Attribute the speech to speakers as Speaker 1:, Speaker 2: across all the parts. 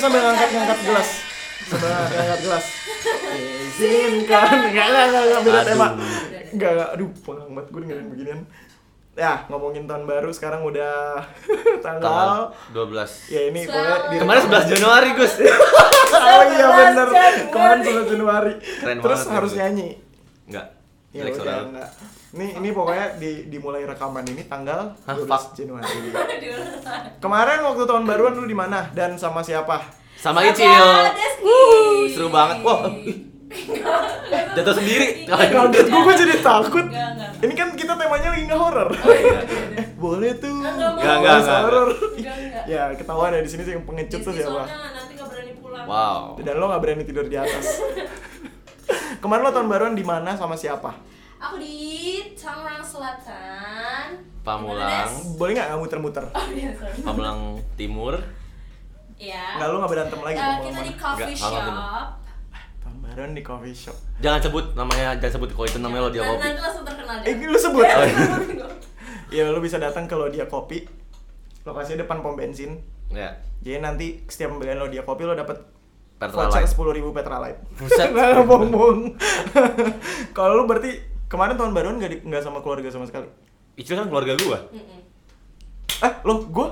Speaker 1: sambil ngangkat-ngangkat gelas. Sambil ngangkat gelas. Izinkan. Enggak, enggak, enggak, enggak, beda
Speaker 2: Aduh.
Speaker 1: tema. Enggak, enggak. Aduh, pengang banget gue dengerin beginian. Ya, ngomongin tahun baru sekarang udah tanggal.
Speaker 2: 12.
Speaker 1: Ya ini
Speaker 3: Selamat.
Speaker 1: boleh di
Speaker 2: Kemarin 11 Januari, Gus.
Speaker 1: Oh iya bener.
Speaker 3: Januari.
Speaker 1: Kemarin 11 Januari.
Speaker 2: Keren
Speaker 1: Terus
Speaker 2: banget ya,
Speaker 1: harus
Speaker 2: Bud.
Speaker 1: nyanyi.
Speaker 2: Enggak.
Speaker 1: Ya
Speaker 2: Jelek
Speaker 1: udah
Speaker 2: suara.
Speaker 1: enggak. Ini ini pokoknya di, dimulai rekaman ini tanggal
Speaker 2: Hah,
Speaker 1: 12
Speaker 2: fuck.
Speaker 1: Januari. Kemarin waktu tahun baruan lu di mana dan sama siapa?
Speaker 2: Sama Icil.
Speaker 3: Wuh,
Speaker 2: Seru banget. Wah, ih. Jatuh sendiri.
Speaker 1: Kaget gue, gue jadi takut.
Speaker 3: Enggak, enggak.
Speaker 1: Ini kan kita temanya lagi nggak horor. Eh, boleh tuh.
Speaker 3: Enggak,
Speaker 2: enggak, enggak,
Speaker 1: Bisa
Speaker 2: enggak.
Speaker 1: horor.
Speaker 3: Enggak, enggak.
Speaker 1: Ya ketahuan ya di sini sih yang pengecut tuh
Speaker 3: Jadi
Speaker 1: siapa?
Speaker 3: soalnya nanti nggak berani pulang.
Speaker 2: Wow.
Speaker 1: Dan lo nggak berani tidur di atas. Kemarin lo tahun baruan di mana sama siapa?
Speaker 3: Aku di Tangerang Selatan.
Speaker 2: Pamulang.
Speaker 3: Gimana, Des?
Speaker 1: Boleh nggak nggak muter-muter?
Speaker 3: Oh iya, sorry.
Speaker 2: Pamulang Timur.
Speaker 3: Iya.
Speaker 1: Nggak lo nggak berantem lagi
Speaker 3: Eh,
Speaker 1: mau
Speaker 3: kita di
Speaker 1: mana?
Speaker 3: coffee
Speaker 2: Nggak, nggak,
Speaker 3: shop.
Speaker 1: Tahun baruan di coffee shop.
Speaker 2: Jangan sebut namanya, jangan sebut kalau itu namanya lo dia
Speaker 3: Nanti-
Speaker 2: kopi.
Speaker 3: Nanti langsung terkenal dia.
Speaker 1: Eh lu sebut.
Speaker 3: Ya,
Speaker 1: ya lo bisa datang ke Lodia Kopi. Lokasinya depan pom bensin.
Speaker 2: Ya.
Speaker 1: Jadi nanti setiap pembelian Lodia Kopi lo dapet voucher
Speaker 2: Pertalite.
Speaker 1: sepuluh ribu Petralite.
Speaker 2: Buset.
Speaker 1: Nggak ngomong. Kalau lu berarti kemarin tahun baruan nggak di- nggak sama keluarga sama sekali.
Speaker 2: Icil kan keluarga gua.
Speaker 3: Mm-mm.
Speaker 1: Eh, lo gua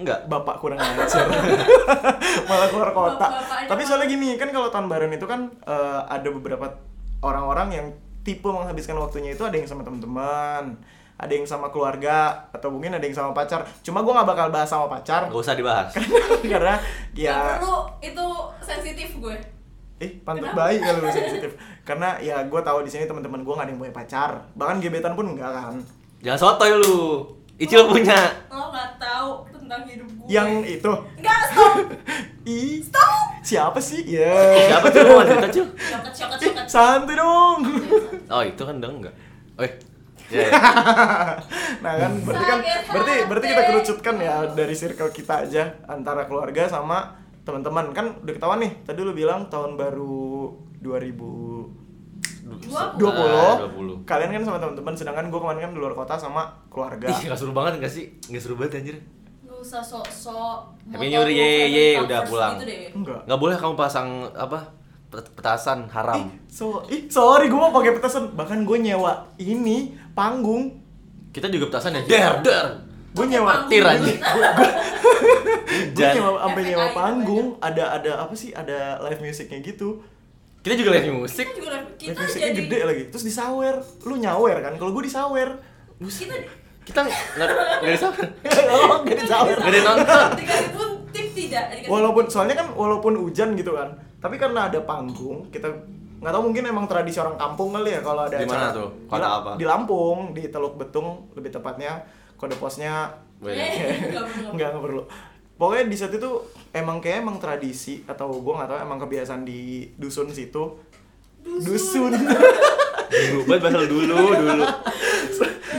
Speaker 2: Enggak.
Speaker 1: bapak kurang ngajar. Malah keluar kota.
Speaker 3: Bapak-bapaknya
Speaker 1: Tapi
Speaker 3: malah-
Speaker 1: soalnya gini, kan kalau tahun baruan itu kan eh, ada beberapa orang-orang yang tipe menghabiskan waktunya itu ada yang sama teman-teman, ada yang sama keluarga atau mungkin ada yang sama pacar. Cuma gua nggak bakal bahas sama pacar
Speaker 2: Enggak usah dibahas.
Speaker 1: karena
Speaker 3: Nggak
Speaker 1: ya
Speaker 3: perlu itu sensitif gue.
Speaker 1: Eh, pantas
Speaker 3: Kenapa?
Speaker 1: baik kalau lu sensitif. Karena ya gue tahu di sini teman-teman gue gak ada yang punya pacar. Bahkan gebetan pun enggak kan.
Speaker 2: Jangan sotoy lu. Icil Eh, punya.
Speaker 3: Lo nggak tahu tentang hidup gue.
Speaker 1: Yang itu.
Speaker 3: Nggak, stop.
Speaker 1: Ih,
Speaker 3: Stop.
Speaker 1: siapa sih? Ya.
Speaker 2: Siapa tuh lu wanita cuy?
Speaker 3: Coklat, coklat,
Speaker 1: Ih,
Speaker 3: coklat.
Speaker 1: santai dong.
Speaker 2: Oh, itu kan udah enggak. Eh. Ya, ya.
Speaker 1: nah kan berarti kan
Speaker 3: Sakit
Speaker 1: berarti
Speaker 3: hati.
Speaker 1: berarti kita kerucutkan ya dari circle kita aja antara keluarga sama teman-teman. Kan udah ketahuan nih. Tadi lu bilang tahun baru 2000
Speaker 3: Ah, Dua puluh.
Speaker 2: Ah,
Speaker 1: 20.
Speaker 2: 20.
Speaker 1: Kalian kan sama teman-teman sedangkan gue kemarin kan di luar kota sama keluarga.
Speaker 3: Iya.
Speaker 2: Ih, gak seru banget gak sih? Gak seru banget anjir
Speaker 3: Gak usah sok-sok
Speaker 2: Happy
Speaker 3: motor lu
Speaker 2: New Year, ye,
Speaker 3: family
Speaker 2: ye,
Speaker 3: covers
Speaker 2: udah pulang.
Speaker 3: gitu deh.
Speaker 1: Enggak.
Speaker 2: Gak boleh kamu pasang apa pet- petasan
Speaker 1: Ih,
Speaker 2: haram
Speaker 1: so, ih, sorry gue mau pakai petasan. Bahkan gue nyewa ini panggung.
Speaker 2: Kita juga petasan ya Der, der
Speaker 1: Gue
Speaker 3: Pakai
Speaker 1: nyewa
Speaker 3: panggung gitu.
Speaker 2: tir aja.
Speaker 1: Gue
Speaker 2: Dan
Speaker 1: nyewa sampai nyewa
Speaker 3: Efek air
Speaker 1: panggung. Ada ada apa sih? Ada live musicnya gitu.
Speaker 2: Kita juga live musik
Speaker 3: Kita Kan juga
Speaker 1: Live
Speaker 3: kita
Speaker 1: musicnya
Speaker 3: jadi
Speaker 1: gede lagi. Terus disawer. Lu nyawer kan? Kalau gue disawer.
Speaker 3: Kita
Speaker 2: Kita gak, gak bisa
Speaker 1: Oh, gak disawer.
Speaker 2: Gak ada yang nonton
Speaker 3: dikasih pun tip tidak. dikasih-
Speaker 1: Walaupun soalnya kan walaupun hujan gitu kan. Tapi karena ada panggung, kita nggak tahu mungkin emang tradisi orang kampung kali ya kalau ada
Speaker 2: Di mana
Speaker 1: acara.
Speaker 2: tuh?
Speaker 1: Di
Speaker 2: Kota
Speaker 1: La-
Speaker 2: apa?
Speaker 1: Di Lampung, di Teluk Betung lebih tepatnya. Kode posnya
Speaker 2: Weh.
Speaker 3: Eh, nggak perlu.
Speaker 1: nggak nggak perlu pokoknya di saat itu emang kayak emang tradisi atau gue nggak tahu emang kebiasaan di dusun situ dusun,
Speaker 2: Dulu, buat pasal dulu,
Speaker 1: Iya.
Speaker 2: dulu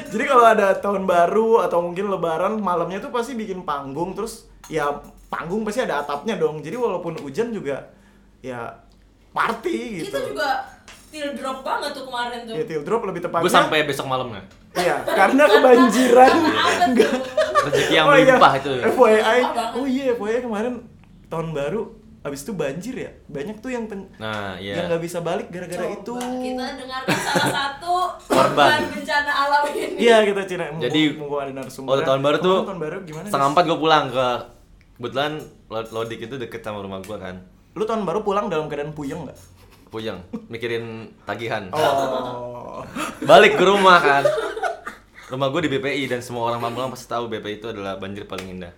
Speaker 1: jadi kalau ada tahun baru atau mungkin lebaran malamnya tuh pasti bikin panggung terus ya panggung pasti ada atapnya dong jadi walaupun hujan juga ya party gitu
Speaker 3: Kita juga teardrop drop banget tuh kemarin tuh.
Speaker 1: ya teardrop lebih tepatnya
Speaker 2: Gue sampai besok malam gak?
Speaker 1: iya karena kebanjiran
Speaker 3: Apa tuh?
Speaker 2: Rezeki
Speaker 1: Oh,
Speaker 2: yang
Speaker 1: iya.
Speaker 2: melimpah itu
Speaker 1: FYI.
Speaker 3: Melimpah banget.
Speaker 1: Oh iya, FYI kemarin tahun baru abis itu banjir ya. Banyak tuh yang pen-
Speaker 2: Nah,
Speaker 1: yang
Speaker 2: iya
Speaker 1: nggak bisa balik gara-gara
Speaker 3: Coba
Speaker 1: itu.
Speaker 3: Kita dengarkan salah satu
Speaker 2: Korban.
Speaker 3: korban bencana alam ini.
Speaker 1: Iya kita Cina. Mumpung-
Speaker 2: Jadi,
Speaker 1: mumpung ada narasumber.
Speaker 2: Oh, tahun baru tuh
Speaker 1: Kemarin tahun baru gimana?
Speaker 2: Setengah
Speaker 1: Nis?
Speaker 2: empat gue pulang ke Kebetulan Lo- Lodik itu deket sama rumah gue kan
Speaker 1: Lu tahun baru pulang dalam keadaan puyeng nggak?
Speaker 2: Puyeng, mikirin tagihan
Speaker 1: Oh.
Speaker 2: balik ke rumah kan rumah gue di BPI dan semua orang Mamulang pasti tahu BPI itu adalah banjir paling indah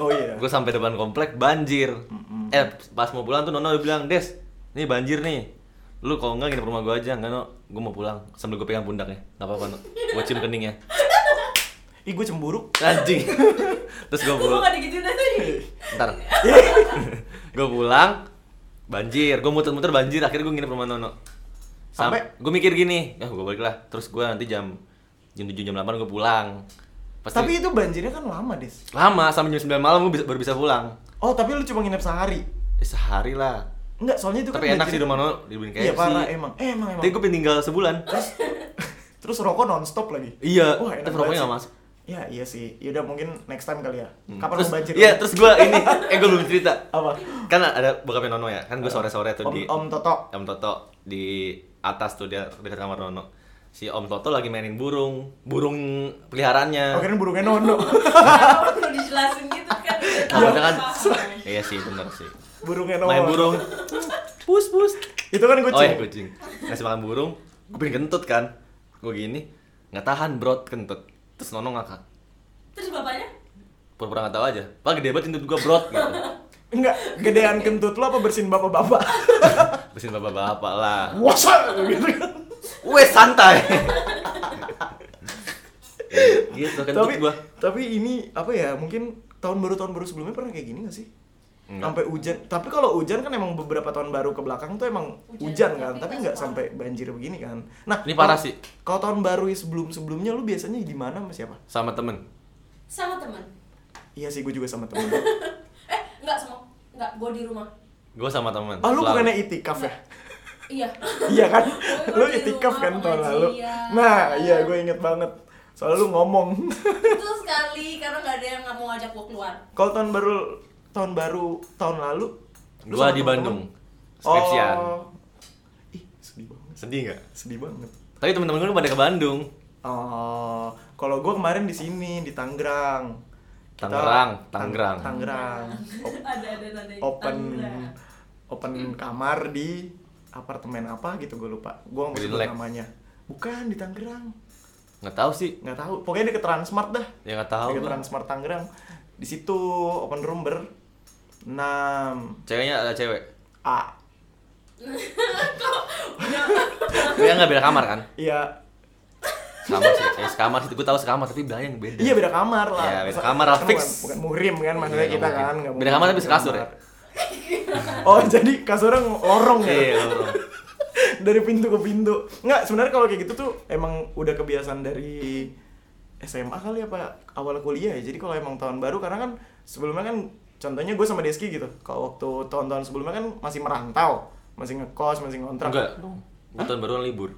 Speaker 1: Oh iya.
Speaker 2: gue sampai depan komplek banjir eh pas mau pulang tuh Nono udah bilang Des nih banjir nih lu kalau enggak nginep rumah gue aja enggak no gue mau pulang sambil gue pegang pundaknya nggak apa-apa no gue cium keningnya
Speaker 1: Ih gue cemburu.
Speaker 2: anjing terus gue
Speaker 3: Gue
Speaker 2: pulang
Speaker 3: gak digituin aja
Speaker 1: Iya.
Speaker 3: nih.
Speaker 2: ntar gue pulang banjir gue muter-muter banjir akhirnya gue nginep rumah Nono
Speaker 1: Sampai?
Speaker 2: sampai gue mikir gini ya gue balik lah terus gue nanti jam jam tujuh jam delapan gue pulang Pasti
Speaker 1: Tapi itu banjirnya kan lama des.
Speaker 2: lama sampai jam 9 malam gue bisa, baru bisa pulang
Speaker 1: Oh tapi lu cuma nginep sehari.
Speaker 2: Eh, sehari lah
Speaker 1: Enggak soalnya itu
Speaker 2: tapi
Speaker 1: kan
Speaker 2: enak sih
Speaker 1: banjir-
Speaker 2: rumah Nono dibeliin KFC
Speaker 1: Iya parah emang. Eh, emang emang.
Speaker 2: tapi gue pengen tinggal sebulan
Speaker 1: Terus rokok nonstop lagi.
Speaker 2: iya
Speaker 1: Wah, enak banget
Speaker 2: tapi rokoknya
Speaker 1: sih.
Speaker 2: gak masuk
Speaker 1: Ya iya sih. Yaudah mungkin next time kali ya.
Speaker 2: Hmm.
Speaker 1: Kapan
Speaker 2: terus,
Speaker 1: mau banjir?
Speaker 2: Iya, terus gue ini, eh gue belum cerita.
Speaker 1: apa?
Speaker 2: Kan ada bokapnya Nono ya, kan gue sore-sore tuh
Speaker 1: Om,
Speaker 2: di
Speaker 1: Om Toto.
Speaker 2: Om Toto di atas tuh dia dekat kamar Nono. Si Om Toto lagi mainin burung, burung peliharaannya.
Speaker 1: Akhirnya burungnya nono.
Speaker 3: Kenapa perlu dijelasin gitu kan? Udah tahu,
Speaker 2: Maksudnya kan,
Speaker 3: paham.
Speaker 2: iya sih bener sih.
Speaker 1: burungnya nono.
Speaker 2: Main burung, pus pus.
Speaker 1: Itu kan kucing.
Speaker 2: Oh iya kucing. Ngasih makan burung, gue pengen kentut kan. Gue gini, nggak tahan brot kentut. Terus Nono ngakak.
Speaker 3: Terus bapaknya?
Speaker 2: Pura-pura nggak tahu aja. Pak gede banget kentut gue brot gitu.
Speaker 1: Enggak, gedean kentut lo apa bersin bapak-bapak?
Speaker 2: Bersin bapak-bapak lah.
Speaker 1: Wasa gitu kan.
Speaker 2: Wes santai. gitu kentut
Speaker 1: tapi
Speaker 2: gua.
Speaker 1: tapi ini apa ya? Mungkin tahun baru tahun baru sebelumnya pernah kayak gini gak sih?
Speaker 2: Enggak.
Speaker 1: Sampai hujan. Tapi kalau hujan kan emang beberapa tahun baru ke belakang tuh emang hujan,
Speaker 3: Hujan,
Speaker 1: kan,
Speaker 3: tapi
Speaker 1: tapi
Speaker 3: nggak
Speaker 1: nggak
Speaker 3: separah.
Speaker 1: sampai banjir begini kan. Nah,
Speaker 2: Ini parah
Speaker 1: kalau-
Speaker 2: sih.
Speaker 1: Kalau tahun baru sebelum-sebelumnya lu biasanya di mana sama siapa?
Speaker 2: Sama temen.
Speaker 3: Sama teman.
Speaker 1: Iya sih, gue juga sama temen.
Speaker 3: Eh, enggak sama. Enggak, gua di rumah.
Speaker 2: Gua sama temen.
Speaker 1: Oh, lu
Speaker 2: Selalu.
Speaker 1: bukannya itikaf ya?
Speaker 3: Iya.
Speaker 1: iya kan?
Speaker 3: Gua
Speaker 1: lu
Speaker 3: di
Speaker 1: itikaf
Speaker 3: rumah
Speaker 1: kan tahun lalu.
Speaker 3: pengajian.
Speaker 1: Nah, iya gue inget banget. Soalnya lu ngomong.
Speaker 3: Betul sekali karena enggak ada yang nggak mau ngajak gua keluar.
Speaker 1: Kalau tahun baru tahun baru tahun lalu lu
Speaker 2: Gua
Speaker 1: sama
Speaker 2: di
Speaker 1: temen-temen?
Speaker 2: Bandung. Skripsian.
Speaker 1: Oh. Ih, sedih banget.
Speaker 2: Sedih nggak?
Speaker 1: Sedih banget.
Speaker 2: Tapi temen-temen gua udah pada ke Bandung.
Speaker 1: Oh, kalau gue kemarin di sini di Tangerang. Kita-
Speaker 2: Tangerang,
Speaker 1: Tang-
Speaker 2: Tangerang.
Speaker 1: Tangerang. Op-
Speaker 3: ada ada tanda
Speaker 1: open open kamar di apartemen apa gitu gue lupa gue nggak mau sebut
Speaker 2: Greenlight.
Speaker 1: namanya bukan di Tangerang
Speaker 2: Nggak tahu sih.
Speaker 1: nggak tahu pokoknya deket Transmart dah
Speaker 2: Ya nggak tahu.
Speaker 1: deket
Speaker 2: gua.
Speaker 1: Transmart Tangerang di situ open room ber 6
Speaker 2: Ceweknya ada cewek.
Speaker 1: A
Speaker 3: Ya,
Speaker 2: Dia nggak beda kamar kan?
Speaker 1: iya
Speaker 2: Kamar sih. Eh, sekamar sih. Gua tahu sekamar tapi bedanya yang beda.
Speaker 1: iya beda kamar lah
Speaker 2: Iya, beda
Speaker 1: Masa-
Speaker 2: kamar lah,
Speaker 1: kan
Speaker 2: fix.
Speaker 1: bukan, bukan muhrim kan maksudnya
Speaker 2: Iya,
Speaker 1: kita
Speaker 2: nggak
Speaker 1: kan
Speaker 2: mungkin.
Speaker 1: nggak
Speaker 2: Beda
Speaker 1: mungkin
Speaker 2: kamar tapi
Speaker 1: beda
Speaker 2: sekasur ya?
Speaker 1: oh jadi kasurnya lorong ya
Speaker 2: Iya, lorong.
Speaker 1: dari pintu ke pintu nggak sebenarnya kalau kayak gitu tuh emang udah kebiasaan dari SMA kali apa awal kuliah ya jadi kalau emang tahun baru karena kan sebelumnya kan contohnya gue sama Deski gitu kalau waktu tahun-tahun sebelumnya kan masih merantau masih ngekos masih ngontrak
Speaker 2: Enggak. Gua tahun baruan libur.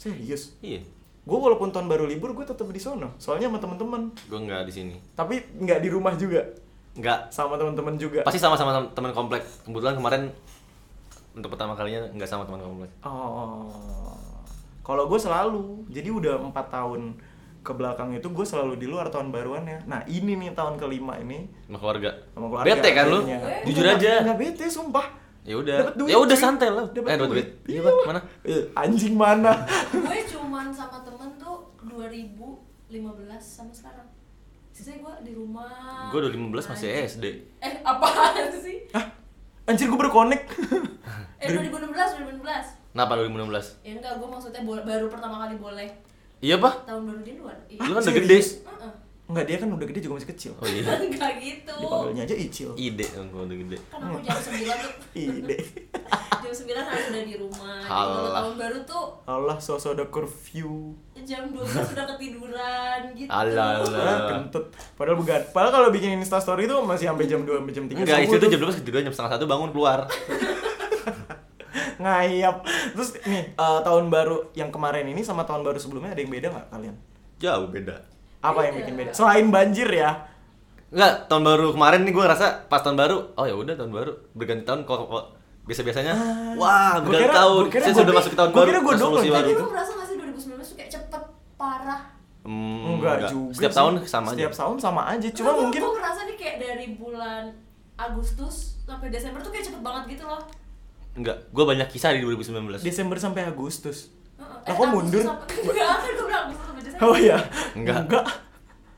Speaker 1: serius
Speaker 2: Iya.
Speaker 1: gue walaupun tahun baru libur gue tetap di sono soalnya sama temen-temen
Speaker 2: Gua nggak di sini.
Speaker 1: tapi nggak di rumah juga
Speaker 2: Nggak
Speaker 1: sama temen-temen juga
Speaker 2: pasti sama-sama teman komplek kebetulan kemarin untuk pertama kalinya nggak sama teman komplek
Speaker 1: Oh, kalau gue selalu, jadi udah empat tahun ke belakang itu gue selalu di luar tahun baruannya. Nah ini nih tahun kelima ini
Speaker 2: sama keluarga
Speaker 1: sama keluarga.
Speaker 2: bete kan lu
Speaker 1: akhirnya.
Speaker 2: jujur
Speaker 1: Nggak-
Speaker 2: aja
Speaker 1: Nggak bete, sumpah.
Speaker 2: ya udah
Speaker 1: Dapet duit,
Speaker 2: ya udah
Speaker 1: cuy.
Speaker 2: santai lah
Speaker 1: Dapet
Speaker 2: eh dapat
Speaker 1: duit.
Speaker 2: duit iya Pak. mana
Speaker 1: Eh, anjing mana?
Speaker 3: gue cuman sama temen tuh 2015 sama sekarang sisanya gue di rumah
Speaker 2: gue udah 15 masih
Speaker 3: ngaji.
Speaker 2: SD
Speaker 3: eh apaan sih
Speaker 1: Anjir gue berkonek.
Speaker 3: eh 2016 2016
Speaker 2: kenapa 2016
Speaker 3: ya enggak gue maksudnya bo- baru pertama kali boleh
Speaker 2: iya pak
Speaker 3: tahun baru di luar iya
Speaker 2: lu kan udah gede
Speaker 1: serius?
Speaker 3: Heeh.
Speaker 1: Nggak dia kan udah gede juga masih kecil.
Speaker 2: oh iya
Speaker 3: enggak gitu
Speaker 1: Dipanggilnya aja Icil.
Speaker 2: ide dong gua udah gede
Speaker 3: kan aku jam 9 tuh
Speaker 1: Ide.
Speaker 3: jam 9 harus udah di rumah Jadi kalau
Speaker 2: Alah.
Speaker 3: tahun baru tuh
Speaker 1: Allah sosok ada curfew.
Speaker 3: jam 12 sudah ketiduran gitu
Speaker 2: Alah, alah.
Speaker 1: Ah, kentut. Padahal bukan. Padahal kalau bikin Insta story itu masih sampai jam 2 sampai jam 3.
Speaker 2: enggak istri tuh jam 12 ketiduran jam setengah satu bangun keluar
Speaker 1: ngayap terus nih eh, tahun baru yang kemarin ini sama tahun baru sebelumnya ada yang beda nggak kalian
Speaker 2: jauh beda
Speaker 1: apa yang
Speaker 3: Beda.
Speaker 1: bikin beda selain banjir ya
Speaker 2: Enggak, tahun baru kemarin nih gue ngerasa pas tahun baru, oh ya udah tahun baru berganti tahun kok kok- biasa-biasanya.
Speaker 1: Ah.
Speaker 2: wah,
Speaker 1: gua
Speaker 2: berganti
Speaker 1: kira-
Speaker 2: tahun.
Speaker 1: gua kira
Speaker 2: Saya
Speaker 1: gua
Speaker 2: sudah
Speaker 1: pi-
Speaker 2: masuk ke tahun
Speaker 1: gua
Speaker 2: baru.
Speaker 1: kira gua
Speaker 2: masuk
Speaker 1: doang
Speaker 2: musim
Speaker 1: kayak
Speaker 2: baru.
Speaker 3: tapi
Speaker 1: gitu.
Speaker 3: lu merasa gak sih 2019 tuh kayak cepet parah
Speaker 2: Hmm,
Speaker 1: enggak, juga
Speaker 2: Setiap
Speaker 1: sih.
Speaker 2: tahun sama
Speaker 1: setiap
Speaker 2: aja.
Speaker 1: tahun sama aja cuma mungkin
Speaker 3: gue ngerasa nih kayak dari bulan Agustus sampai Desember tuh kayak cepet banget gitu loh
Speaker 2: Enggak, gue banyak kisah di 2019.
Speaker 1: Desember sampai Agustus
Speaker 3: Heeh. Eh,
Speaker 1: Lah, kok mundur?
Speaker 3: Agustus sampai- Enggak, kan gue bilang Agustus sampai Desember
Speaker 1: oh ya
Speaker 2: Enggak.
Speaker 1: enggak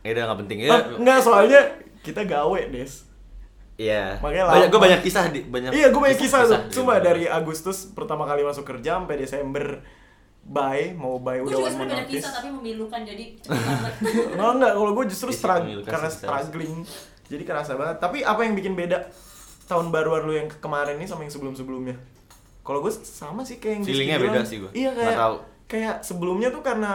Speaker 2: Ya udah enggak penting ya.
Speaker 1: Ah, enggak soalnya kita gawe des
Speaker 2: Iya.
Speaker 1: Makanya
Speaker 2: Banyak
Speaker 1: lama.
Speaker 2: gue banyak kisah di banyak.
Speaker 1: iya gue banyak kisah tuh
Speaker 2: di
Speaker 1: cuma
Speaker 2: 2019.
Speaker 1: dari Agustus pertama kali masuk kerja sampai Desember bye mau bye
Speaker 3: Gue
Speaker 1: udah
Speaker 3: juga
Speaker 1: one
Speaker 3: sebenernya
Speaker 1: month
Speaker 3: banyak kisah
Speaker 1: notice.
Speaker 3: tapi memilukan jadi cepet banget
Speaker 1: Enggak, enggak. Kalau gue justru
Speaker 2: Isi
Speaker 1: strugg-
Speaker 2: pemilu kasih
Speaker 1: karena
Speaker 2: bisa.
Speaker 1: struggling. Jadi kerasa banget. Tapi apa yang bikin beda tahun baruan lu yang ke- kemarin ini sama yang sebelum-sebelumnya? Kalau gue sama sih kayak yang Rizky
Speaker 2: Feelingnya
Speaker 1: bilang.
Speaker 2: beda sih gue.
Speaker 1: Iya
Speaker 2: Nggak
Speaker 1: kayak
Speaker 2: tahu.
Speaker 1: kayak sebelumnya tuh karena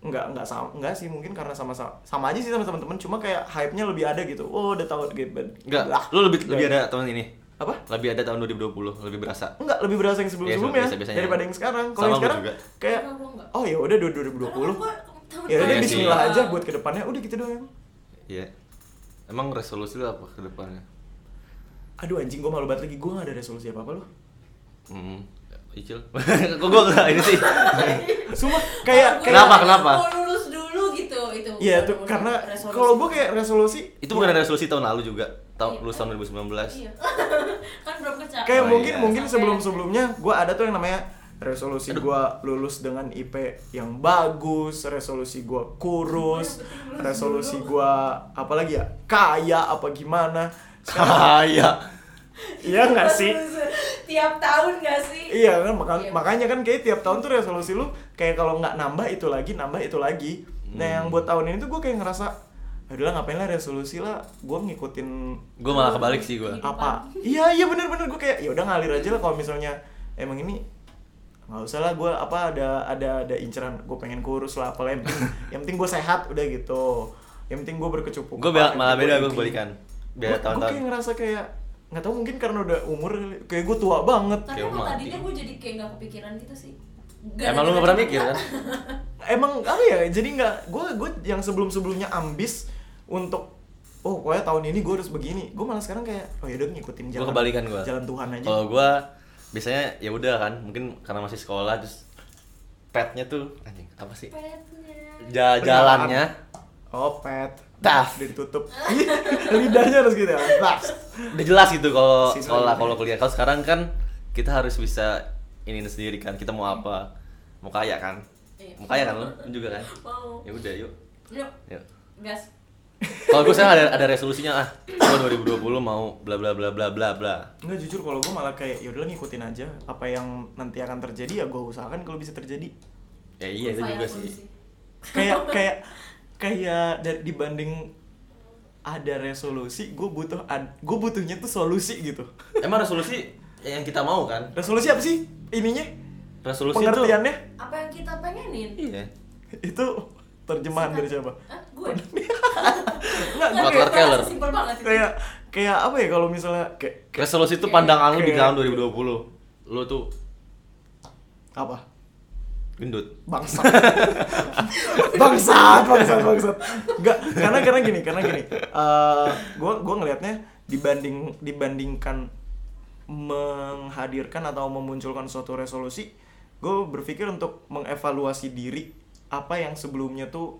Speaker 1: nggak nggak sama nggak sih mungkin karena sama sama, sama aja sih sama teman-teman cuma kayak hype-nya lebih ada gitu. Oh, udah tahun gitu.
Speaker 2: Enggak,
Speaker 1: Ah,
Speaker 2: lu lebih
Speaker 1: nggak.
Speaker 2: lebih ada tahun ini.
Speaker 1: apa?
Speaker 2: Lebih ada tahun 2020, lebih berasa.
Speaker 1: Enggak, lebih berasa
Speaker 2: Iya,
Speaker 1: yang sebelum-sebelumnya
Speaker 2: biasa-biasanya.
Speaker 1: daripada yang sekarang. Kalau yang
Speaker 2: Sama gue
Speaker 1: sekarang
Speaker 2: juga.
Speaker 1: kayak
Speaker 3: Enggak, gua nggak.
Speaker 1: oh ya udah 2020.
Speaker 3: Karena gue Tahun
Speaker 1: ya udah
Speaker 2: Iya
Speaker 3: depan.
Speaker 2: sih.
Speaker 1: Bismillah aja buat kedepannya udah gitu doang
Speaker 2: Iya. Emang resolusi lu apa ke depannya?
Speaker 1: aduh anjing gue malu banget lagi gue gak ada resolusi apa apa loh
Speaker 2: Hmm. Icil. Kok gua enggak ini sih?
Speaker 1: Sumpah kayak kayak
Speaker 3: Gua
Speaker 2: Kenapa, kenapa?
Speaker 3: mau lulus dulu gitu itu
Speaker 1: Iya tuh
Speaker 3: Baru
Speaker 1: karena
Speaker 3: resolusi.
Speaker 1: kalau gue kayak resolusi
Speaker 2: Itu bukan resolusi tahun lalu juga. Tahun
Speaker 3: Iya.
Speaker 2: lulus tahun 2019.
Speaker 3: Iya. kan belum kerja
Speaker 1: kayak
Speaker 2: Oh,
Speaker 1: mungkin
Speaker 2: iya.
Speaker 1: mungkin
Speaker 3: Sampai-
Speaker 1: sebelum-sebelumnya gue ada tuh yang namanya resolusi gue lulus dengan IP yang bagus, resolusi gue kurus, resolusi gue apalagi ya kaya apa gimana?
Speaker 2: Kaya.
Speaker 1: Iya nggak sih?
Speaker 3: tiap tahun gak sih
Speaker 1: Iya kan maka-
Speaker 3: Iya.
Speaker 1: makanya kan kayak tiap tahun tuh resolusi lu kayak kalau nggak nambah itu lagi nambah itu lagi. Nah yang
Speaker 2: Hmm.
Speaker 1: buat tahun ini tuh gue kayak ngerasa, aduh lah ngapain lah resolusi lah, gue ngikutin
Speaker 2: Gua malah kebalik sih gua.
Speaker 1: apa? Iya iya bener-bener gue kayak ya udah ngalir aja lah kalau misalnya emang ini nggak usah lah gue apa ada ada ada inceran gue pengen kurus lah apalah yang penting, yang penting gue sehat udah gitu yang penting gue berkecupuk
Speaker 2: Gue
Speaker 1: Apa, yang
Speaker 2: malah
Speaker 1: penting
Speaker 2: beda gue
Speaker 1: gua
Speaker 2: kebalikan.
Speaker 1: gue
Speaker 2: Biar
Speaker 1: kayak
Speaker 2: tahun-tahun.
Speaker 1: ngerasa kayak nggak tau mungkin karena udah umur kali. kayak gue tua banget
Speaker 3: tapi
Speaker 2: Kayak
Speaker 3: emang
Speaker 2: mati.
Speaker 3: tadinya gue jadi kayak gak kepikiran gitu sih
Speaker 2: Emang lu gak pernah mikir kan?
Speaker 1: emang apa ya jadi nggak gue gue yang sebelum sebelumnya ambis untuk oh pokoknya tahun ini gue harus begini gue malah sekarang kayak oh yaudah ngikutin
Speaker 2: Gua
Speaker 1: jalan
Speaker 2: kebalikan gua.
Speaker 1: jalan Tuhan aja
Speaker 2: Kalau gue biasanya ya udah kan, mungkin karena masih sekolah terus petnya tuh anjing apa sih?
Speaker 3: Petnya.
Speaker 2: Ja- jalannya
Speaker 1: oh pet
Speaker 2: Tas.
Speaker 1: udah ditutup Ih, lidahnya harus gitu ya Tas.
Speaker 2: udah jelas gitu kalau
Speaker 1: Siswa
Speaker 2: sekolah
Speaker 1: gitu.
Speaker 2: kalau kuliah. Kalau sekarang kan kita harus bisa ini sendiri kan, kita mau apa? Mau kaya kan?
Speaker 3: Iya.
Speaker 2: Mau kaya kan lo Lu juga kan?
Speaker 3: Mau.
Speaker 2: Ya udah yuk.
Speaker 3: Yuk,
Speaker 2: Yuk.
Speaker 3: gas
Speaker 2: Kalau gue sekarang ada ada resolusinya ah, gue 2020 mau bla bla bla bla bla bla.
Speaker 1: nggak jujur kalau gue malah kayak yaudah lah, ngikutin aja apa yang nanti akan terjadi ya gue usahakan kalau bisa terjadi
Speaker 2: Ya iya itu
Speaker 3: Upaya
Speaker 2: juga
Speaker 3: aku
Speaker 2: sih.
Speaker 1: kayak kayak kayak dari dibanding ada resolusi gue butuh gue butuhnya tuh solusi gitu
Speaker 2: Emang resolusi yang kita mau kan?
Speaker 1: resolusi apa sih ininya
Speaker 2: Resolusi itu-
Speaker 1: pengertiannya
Speaker 3: apa yang kita pengenin
Speaker 2: Iya.
Speaker 1: itu terjemahan dari siapa
Speaker 3: Hah? gue
Speaker 1: Nggak, gue Iya.
Speaker 2: Kotor.
Speaker 1: kayak-
Speaker 2: Keller.
Speaker 3: simpel banget itu
Speaker 1: kayak kayak apa ya kalau misalnya kayak
Speaker 2: Resolusi itu pandangan lu di
Speaker 1: Kayak-
Speaker 2: tahun 2020. Lu tuh
Speaker 1: apa
Speaker 2: gendut.
Speaker 1: bangsat bangsat bangsat bangsat nggak karena karena gini karena gini Eh, gue gue ngelihatnya dibanding dibandingkan menghadirkan atau memunculkan suatu resolusi gue berpikir untuk mengevaluasi diri apa yang sebelumnya tuh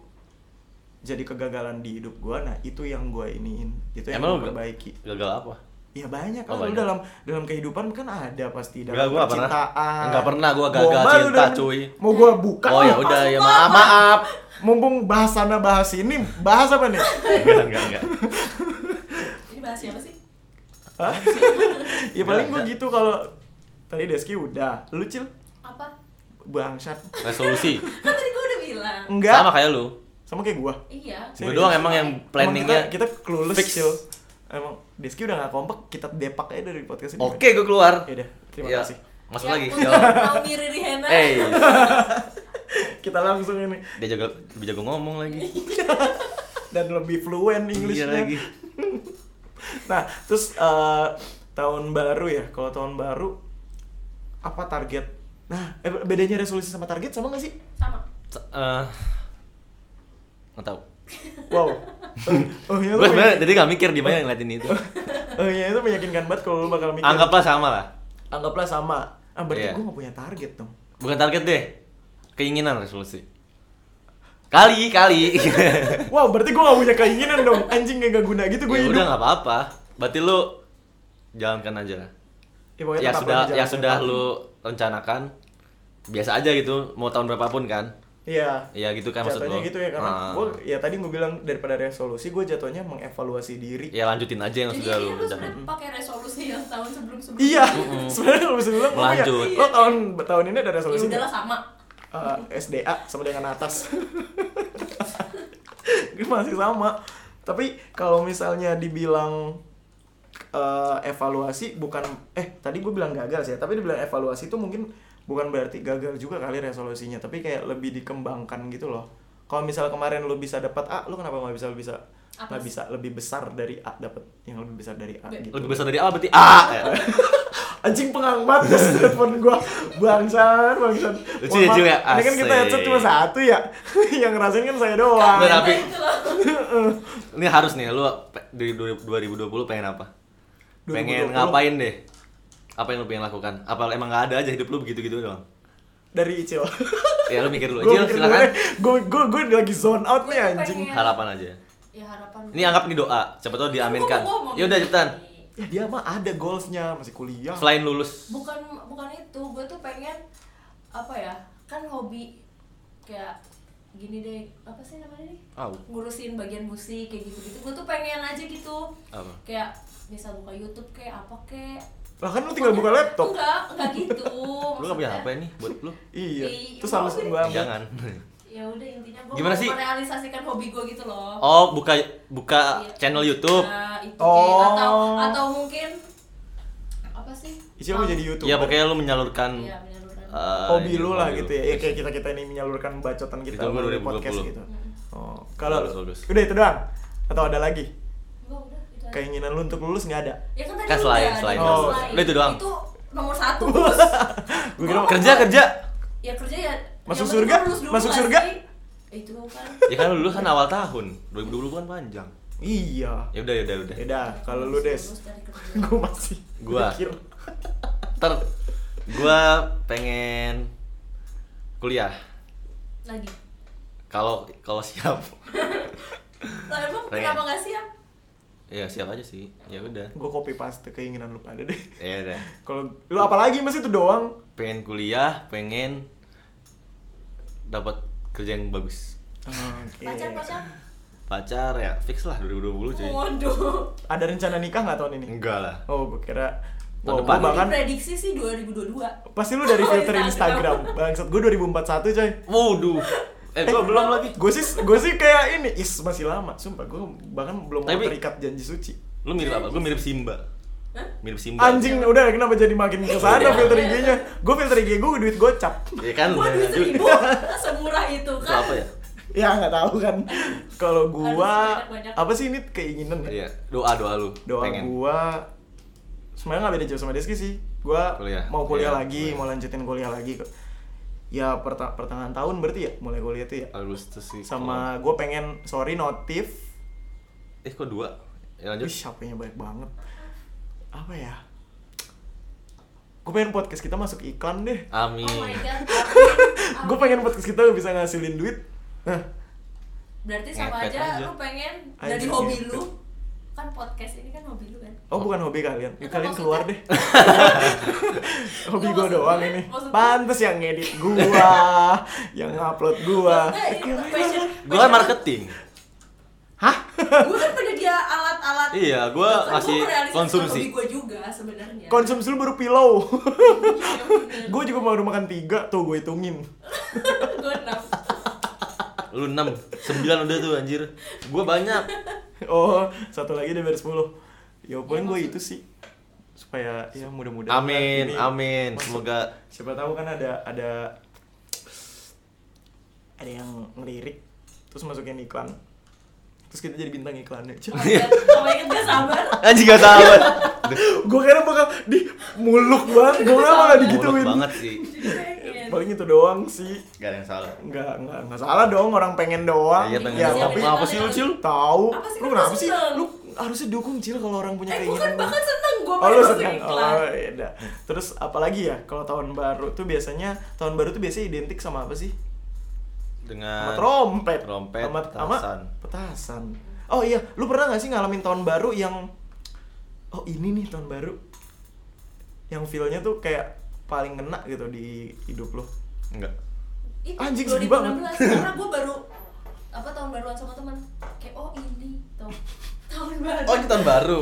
Speaker 1: jadi kegagalan di hidup gue nah itu yang gue iniin itu yang gue
Speaker 2: Emang lu ga-
Speaker 1: perbaiki
Speaker 2: Gagal apa?
Speaker 1: Ya banyak
Speaker 2: Oh,
Speaker 1: lah, lu
Speaker 2: banyak.
Speaker 1: dalam dalam kehidupan kan ada pasti dalam
Speaker 2: Enggak, gua nggak pernah.
Speaker 1: percintaan.
Speaker 2: Nggak pernah, gua gagal
Speaker 1: Boba lu
Speaker 2: cinta,
Speaker 1: dalam-
Speaker 2: cuy.
Speaker 1: Mau gua buka.
Speaker 2: Oh ya udah ya maaf maaf.
Speaker 1: Mumpung bahas sana bahas ini, bahas apa nih?
Speaker 2: Enggak enggak enggak.
Speaker 3: ini bahas siapa sih
Speaker 1: Hah? ya paling gua gitu kalau tadi Deski udah, lu cil
Speaker 3: apa
Speaker 1: bangsat.
Speaker 2: Resolusi.
Speaker 3: kan tadi gue udah bilang
Speaker 1: Enggak.
Speaker 2: Sama kayak lu.
Speaker 1: Sama kayak gua.
Speaker 3: iya
Speaker 2: Gue
Speaker 1: Serius.
Speaker 2: doang emang yang
Speaker 1: Emang
Speaker 2: planningnya
Speaker 1: kita, kita clueless,
Speaker 2: fix.
Speaker 1: cil. Emang Deski udah gak kompak, kita depak aja dari podcast ini.
Speaker 2: Oke, gue keluar.
Speaker 1: Yaudah, terima
Speaker 2: Ya,
Speaker 1: kasih.
Speaker 2: Masuk
Speaker 3: Yang
Speaker 2: lagi.
Speaker 3: untuk
Speaker 2: Jawab.
Speaker 3: Naomi Ririhana
Speaker 2: Eh,
Speaker 1: Kita langsung ini
Speaker 2: dia jago dia jago ngomong lagi.
Speaker 1: dan lebih fluent
Speaker 2: Iya
Speaker 1: Inggrisnya.
Speaker 2: lagi.
Speaker 1: Nah, terus eh, tahun baru ya. Kalau tahun baru apa target? Nah, eh, bedanya resolusi sama target sama nggak sih?
Speaker 3: sama
Speaker 2: S- Eh nggak tahu.
Speaker 1: Wow. oh, iya
Speaker 2: Gue sebenarnya tadi gak mikir di mana ngeliatin itu.
Speaker 1: oh, iya itu meyakinkan banget kalau lu bakal mikir.
Speaker 2: Anggaplah sama lah.
Speaker 1: Anggaplah sama. Ah, berarti
Speaker 2: Iya.
Speaker 1: gue gak punya target dong.
Speaker 2: Bukan target deh. Keinginan resolusi. Kali, kali.
Speaker 1: Wow, berarti gue gak punya keinginan dong. Anjing kayak gak guna gitu gue
Speaker 2: ya
Speaker 1: hidup.
Speaker 2: udah nggak apa-apa. Berarti lu jalankan aja lah.
Speaker 1: Ya, pokoknya
Speaker 2: Ya
Speaker 1: tetap
Speaker 2: sudah,
Speaker 1: aja
Speaker 2: ya
Speaker 1: jalan.
Speaker 2: sudah lu rencanakan. Biasa aja gitu, mau tahun berapapun kan.
Speaker 1: Iya.
Speaker 2: Iya gitu kan maksud
Speaker 1: Jatuhnya
Speaker 2: lu.
Speaker 1: gitu ya karena
Speaker 2: Ah.
Speaker 1: gue ya tadi gue bilang daripada resolusi gue jatuhnya mengevaluasi diri.
Speaker 2: Ya lanjutin aja yang
Speaker 3: jadi
Speaker 2: sudah
Speaker 3: ini
Speaker 2: lu
Speaker 3: lu
Speaker 2: rencanakan.
Speaker 3: sebenarnya pakai resolusi yang tahun sebelum sebelumnya
Speaker 1: Iya, sebenarnya kalau bisa bilang gua punya-
Speaker 2: Lanjut.
Speaker 1: lo ya, tahun tahun ini ada
Speaker 3: ya
Speaker 1: resolusi nggak?
Speaker 3: udahlah sama
Speaker 1: Eh, SDA sama dengan atas. Gue masih sama. Tapi kalau misalnya dibilang eh, evaluasi bukan eh tadi gue bilang gagal sih, ya, tapi dibilang evaluasi itu mungkin bukan berarti gagal juga kali resolusinya, tapi kayak lebih dikembangkan gitu loh. Kalau misal kemarin lu bisa dapat A, lu kenapa nggak bisa lu bisa
Speaker 3: Apa
Speaker 1: nggak
Speaker 3: sih?
Speaker 1: bisa lebih besar dari A dapat yang lebih besar dari A
Speaker 3: Be-
Speaker 1: gitu.
Speaker 2: ya. Lebih besar dari A berarti A.
Speaker 1: anjing pengang banget terus telepon gua bangsan bangsan
Speaker 2: Lucu
Speaker 1: Mohon
Speaker 2: ya, Cil, ya?
Speaker 1: maaf. ini kan kita
Speaker 2: Asik.
Speaker 1: headset cuma satu ya yang ngerasain kan saya doang
Speaker 2: Nggak, tapi-
Speaker 3: Nah, Itu loh.
Speaker 2: Ini harus nih, lu pe- di du- 2020 pengen apa? Pengen
Speaker 1: 2020?
Speaker 2: ngapain deh? Apa yang lu pengen lakukan? Apa emang gak ada aja hidup lu begitu-gitu doang?
Speaker 1: dari Icil
Speaker 2: Ya lu mikir dulu,
Speaker 1: Gua mikir
Speaker 2: Cil
Speaker 1: dulu
Speaker 2: silakan
Speaker 1: deh. Gua gua gua lagi zone out nih
Speaker 3: Gua tuh
Speaker 1: anjing
Speaker 3: pengen-
Speaker 2: harapan aja.
Speaker 3: ya harapan
Speaker 2: Ini anggap ini doa, siapa tahu diaminkan.
Speaker 3: Gua mau ngomong.
Speaker 2: Ya udah cepetan.
Speaker 1: ya dia mah ada goalsnya masih kuliah
Speaker 2: Selain lulus.
Speaker 3: bukan bukan itu gue tuh pengen apa ya kan hobi kayak gini deh apa sih namanya nih
Speaker 2: Au.
Speaker 3: ngurusin bagian musik kayak gitu gitu gue tuh pengen aja gitu
Speaker 2: Apa?
Speaker 3: kayak bisa buka YouTube kayak apa kayak
Speaker 1: lah kan lu tinggal buka laptop
Speaker 3: enggak enggak gitu
Speaker 2: Lu gak punya
Speaker 3: Maksudnya,
Speaker 2: HP nih buat lu?
Speaker 1: iya
Speaker 3: Iya,
Speaker 1: terus harus
Speaker 3: iya.
Speaker 1: gua ambil
Speaker 2: Jangan.
Speaker 3: ya udah intinya gue
Speaker 2: Gimana
Speaker 3: mau
Speaker 2: sih?
Speaker 3: merealisasikan hobi gue gitu loh
Speaker 2: Oh, buka buka
Speaker 3: Iya.
Speaker 2: channel YouTube.
Speaker 3: Nah, itu
Speaker 1: Oh.
Speaker 3: kayak, atau atau mungkin apa sih
Speaker 1: Icil mau jadi youtuber
Speaker 2: Ya pokoknya lu menyalurkan
Speaker 3: Iya, menyalurkan.
Speaker 2: eh,
Speaker 1: hobi
Speaker 2: ini,
Speaker 1: lu lah gitu ya. Ya
Speaker 2: Yes.
Speaker 1: kayak kita kita ini menyalurkan bacotan kita
Speaker 2: Ditunggu
Speaker 1: melalui
Speaker 2: 2020.
Speaker 1: podcast gitu. Oh, kalau
Speaker 2: Bagus, bagus.
Speaker 1: udah itu doang atau ada lagi
Speaker 3: enggak udah itu aja.
Speaker 1: keinginan lu untuk lulus nggak ada?
Speaker 3: ya kan tadi
Speaker 2: Kan
Speaker 3: lu
Speaker 2: selain-
Speaker 3: udah,
Speaker 2: selain.
Speaker 1: Oh.
Speaker 2: Lu itu doang.
Speaker 3: itu nomor satu
Speaker 1: Gue kira
Speaker 2: Kerja kerja.
Speaker 3: ya kerja ya
Speaker 1: Masuk
Speaker 3: yang penting
Speaker 1: surga?
Speaker 3: lu lulus dulu
Speaker 1: Masuk
Speaker 3: nggak
Speaker 1: surga?
Speaker 3: sih? itu kan
Speaker 2: Ya kan lu lulus kan awal tahun. 2020 kan panjang.
Speaker 1: iya.
Speaker 2: Ya udah ya udah ya udah.
Speaker 1: Ya udah, kalau lu
Speaker 3: Lulus
Speaker 1: des,
Speaker 3: dari kerja.
Speaker 1: gue masih
Speaker 2: Gua.
Speaker 1: mikir.
Speaker 2: Ntar gua pengen kuliah.
Speaker 3: lagi
Speaker 2: Kalau kalau siap.
Speaker 3: lah emang
Speaker 2: Pengen.
Speaker 3: kenapa nggak siap
Speaker 2: Ya siap aja sih. Ya udah.
Speaker 1: Gue copy paste keinginan lu pada deh.
Speaker 2: Ya udah.
Speaker 1: Kalau lu apalagi masih itu doang.
Speaker 2: Pengen kuliah, pengen dapat kerja yang bagus.
Speaker 1: Oke.
Speaker 3: pacar pacar
Speaker 2: Pacar ya fix lah 2020 cuy.
Speaker 3: waduh
Speaker 1: Ada rencana nikah nggak tahun ini?
Speaker 2: Enggak lah.
Speaker 1: Oh, gue kira.
Speaker 2: Tahun
Speaker 1: Wow,
Speaker 2: depan.
Speaker 1: gua bahkan
Speaker 3: prediksi sih 2022
Speaker 1: pasti lu dari
Speaker 3: Oh,
Speaker 1: filter
Speaker 3: Instagram.
Speaker 1: Instagram. Bangsat gue 2041 coy.
Speaker 2: Waduh. Eh gua belum lagi.
Speaker 1: gue sih gue sih kayak ini is masih lama sumpah gue bahkan belum mau
Speaker 2: Tapi-
Speaker 1: terikat janji suci
Speaker 2: Lu mirip apa? Gua mirip Simba.
Speaker 3: Hah?
Speaker 2: Mirip Simba.
Speaker 1: anjing udah kenapa jadi makin kesana
Speaker 3: Udah.
Speaker 2: Iya.
Speaker 1: filter IG-nya gue filter IG gue duit gocap
Speaker 2: Ya kan.
Speaker 3: gua duit
Speaker 2: udah.
Speaker 3: seribu semurah itu
Speaker 2: Itu
Speaker 3: kan
Speaker 2: apa ya?
Speaker 1: ya nggak tahu kan kalau gue
Speaker 3: Harus banyak-banyak.
Speaker 1: apa sih ini keinginan ya
Speaker 2: Iya, doa doa lu.
Speaker 1: doa
Speaker 2: pengen.
Speaker 1: gue sebenarnya nggak beda jauh sama Deski sih gue
Speaker 2: Kuliah.
Speaker 1: mau kuliah
Speaker 2: Iya,
Speaker 1: lagi
Speaker 2: kuliah.
Speaker 1: mau lanjutin kuliah lagi kok ya perta- pertengahan tahun berarti ya mulai kuliah tuh ya
Speaker 2: Agustus sih.
Speaker 1: sama gue pengen sorry notif
Speaker 2: kalau- Eh kok dua? Ya
Speaker 1: Wih,
Speaker 2: lanjut.
Speaker 1: HP-nya banyak banget. Apa ya? Gue pengen podcast kita masuk iklan deh.
Speaker 2: Amin.
Speaker 3: oh my god
Speaker 1: Gue pengen podcast kita bisa ngasilin duit. Nah,
Speaker 3: berarti sama
Speaker 2: Ngepet
Speaker 3: aja
Speaker 2: aja.
Speaker 3: lu pengen
Speaker 1: Anjing,
Speaker 3: dari hobi
Speaker 1: ngepet.
Speaker 3: lu kan podcast ini kan hobi lu kan
Speaker 1: oh bukan hobi kalian. Ya,
Speaker 3: Atau
Speaker 1: kalian
Speaker 3: maksudnya-
Speaker 1: keluar deh. hobi gue
Speaker 3: Nggak, maksudnya-
Speaker 1: doang ini.
Speaker 3: maksudnya-
Speaker 1: Pantes yang ngedit gua, yang upload gua.
Speaker 3: Maksudnya itu passion-
Speaker 2: Gua kan marketing.
Speaker 1: Hah?
Speaker 3: gue kan penyedia alat-alat
Speaker 2: Iya, gua
Speaker 3: Maksud
Speaker 2: ngasih
Speaker 3: gua merealisasikan
Speaker 2: konsumsi.
Speaker 3: hobi gue juga sebenarnya Iya,
Speaker 1: Konsumsi lu baru pilau.
Speaker 3: gue
Speaker 1: gue juga baru makan tiga tuh gue hitungin.
Speaker 3: gue kan enam
Speaker 2: Lu 6, 9 udah tuh anjir. Gua banyak.
Speaker 1: Oh, satu lagi deh biar sepuluh. Ya poin gue
Speaker 3: maksud-
Speaker 1: itu sih supaya ya mudah-mudahan ini
Speaker 2: Amin, amin.
Speaker 1: masuk.
Speaker 2: Semoga
Speaker 1: siapa tahu kan ada ada ada yang ngelirik terus masukin iklan terus kita jadi bintang iklannya
Speaker 3: oh my god gak sabar
Speaker 2: anjing gak sabar.
Speaker 1: gue kira bakal di muluk banget gue kira bakal digituin
Speaker 2: Muluk banget sih.
Speaker 3: Jadi pengen.
Speaker 1: paling itu doang sih
Speaker 2: Gak ada yang salah.
Speaker 1: nggak nggak nggak salah dong orang pengen doang
Speaker 2: Iya, pengen
Speaker 1: ya
Speaker 2: doang.
Speaker 1: tapi
Speaker 2: Kenapa sih lu, Cil?
Speaker 1: tahu
Speaker 3: Apa sih,
Speaker 1: lu
Speaker 3: kenapa
Speaker 1: kenapa sih
Speaker 3: seneng?
Speaker 1: lu harusnya dukung cil kalau orang punya
Speaker 3: eh gue kan
Speaker 1: keinginan
Speaker 3: bahkan seneng gue
Speaker 1: Oh
Speaker 3: main
Speaker 1: lu
Speaker 3: masuk
Speaker 1: seneng,
Speaker 3: iklan
Speaker 1: oh iya dah. Terus apalagi ya kalau tahun baru tuh biasanya tahun baru tuh biasanya identik sama apa sih? sama
Speaker 2: Dengan
Speaker 1: trompet
Speaker 2: trompet,
Speaker 1: sama, sama
Speaker 2: petasan.
Speaker 1: petasan oh iya lu pernah nggak sih ngalamin tahun baru yang oh ini nih tahun baru yang feelnya tuh kayak paling ngena gitu di hidup lu
Speaker 2: enggak.
Speaker 3: Itu
Speaker 1: Anjing, sedih banget.
Speaker 3: 2016, karena gue baru apa tahun baruan sama teman kayak oh ini tahun tahun baru
Speaker 2: Oh, ini tahun baru.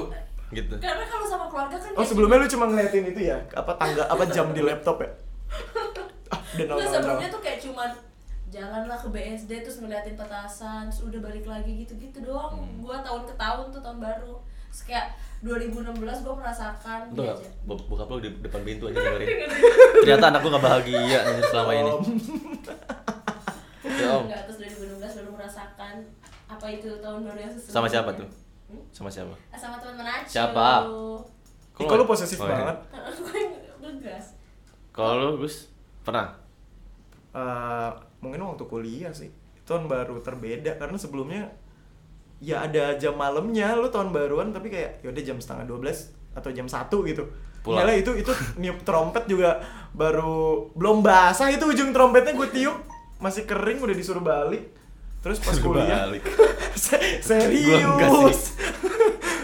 Speaker 2: Gitu.
Speaker 3: karena kalau sama keluarga kan
Speaker 1: oh sebelumnya lu cuma ngeliatin itu ya apa tangga apa jam di laptop ya ah udah nol
Speaker 3: Nggak,
Speaker 1: nol, nol.
Speaker 3: sebelumnya tuh kayak cuman jalanlah ke BSD terus ngeliatin petasan terus udah balik lagi gitu-gitu doang
Speaker 2: Hmm.
Speaker 3: gua tahun ke tahun tuh tahun baru terus kayak 2016 gua merasakan gitu
Speaker 2: Tuh
Speaker 3: dia
Speaker 2: gak,
Speaker 3: aja.
Speaker 2: bokap lu di depan pintu aja dengerin. Ternyata anak gua gak bahagia anjir selama ini.
Speaker 1: Om.
Speaker 2: Ya om,
Speaker 3: Enggak, terus 2016 baru merasakan apa itu tahun baru yang sesungguhnya
Speaker 2: sama siapa tuh?
Speaker 3: Hmm?
Speaker 2: Sama siapa?
Speaker 3: sama teman-teman aja
Speaker 2: Siapa?
Speaker 1: Ih, kok lu posesif
Speaker 2: Oh, iya.
Speaker 1: banget
Speaker 3: gue ngegas
Speaker 2: Kalau lu Gus pernah?
Speaker 1: Eh, mungkin waktu kuliah sih tahun baru terbeda karena sebelumnya ya ada jam malamnya lu tahun baruan tapi kayak yaudah jam setengah 12 atau jam satu gitu
Speaker 2: Pulang.
Speaker 1: Nyala itu itu niup trompet juga baru belum basah itu ujung trompetnya gue tiup masih kering udah disuruh balik terus pas
Speaker 2: Suruh
Speaker 1: kuliah
Speaker 2: balik.
Speaker 1: Se-
Speaker 2: Gua enggak
Speaker 1: serius
Speaker 2: sih.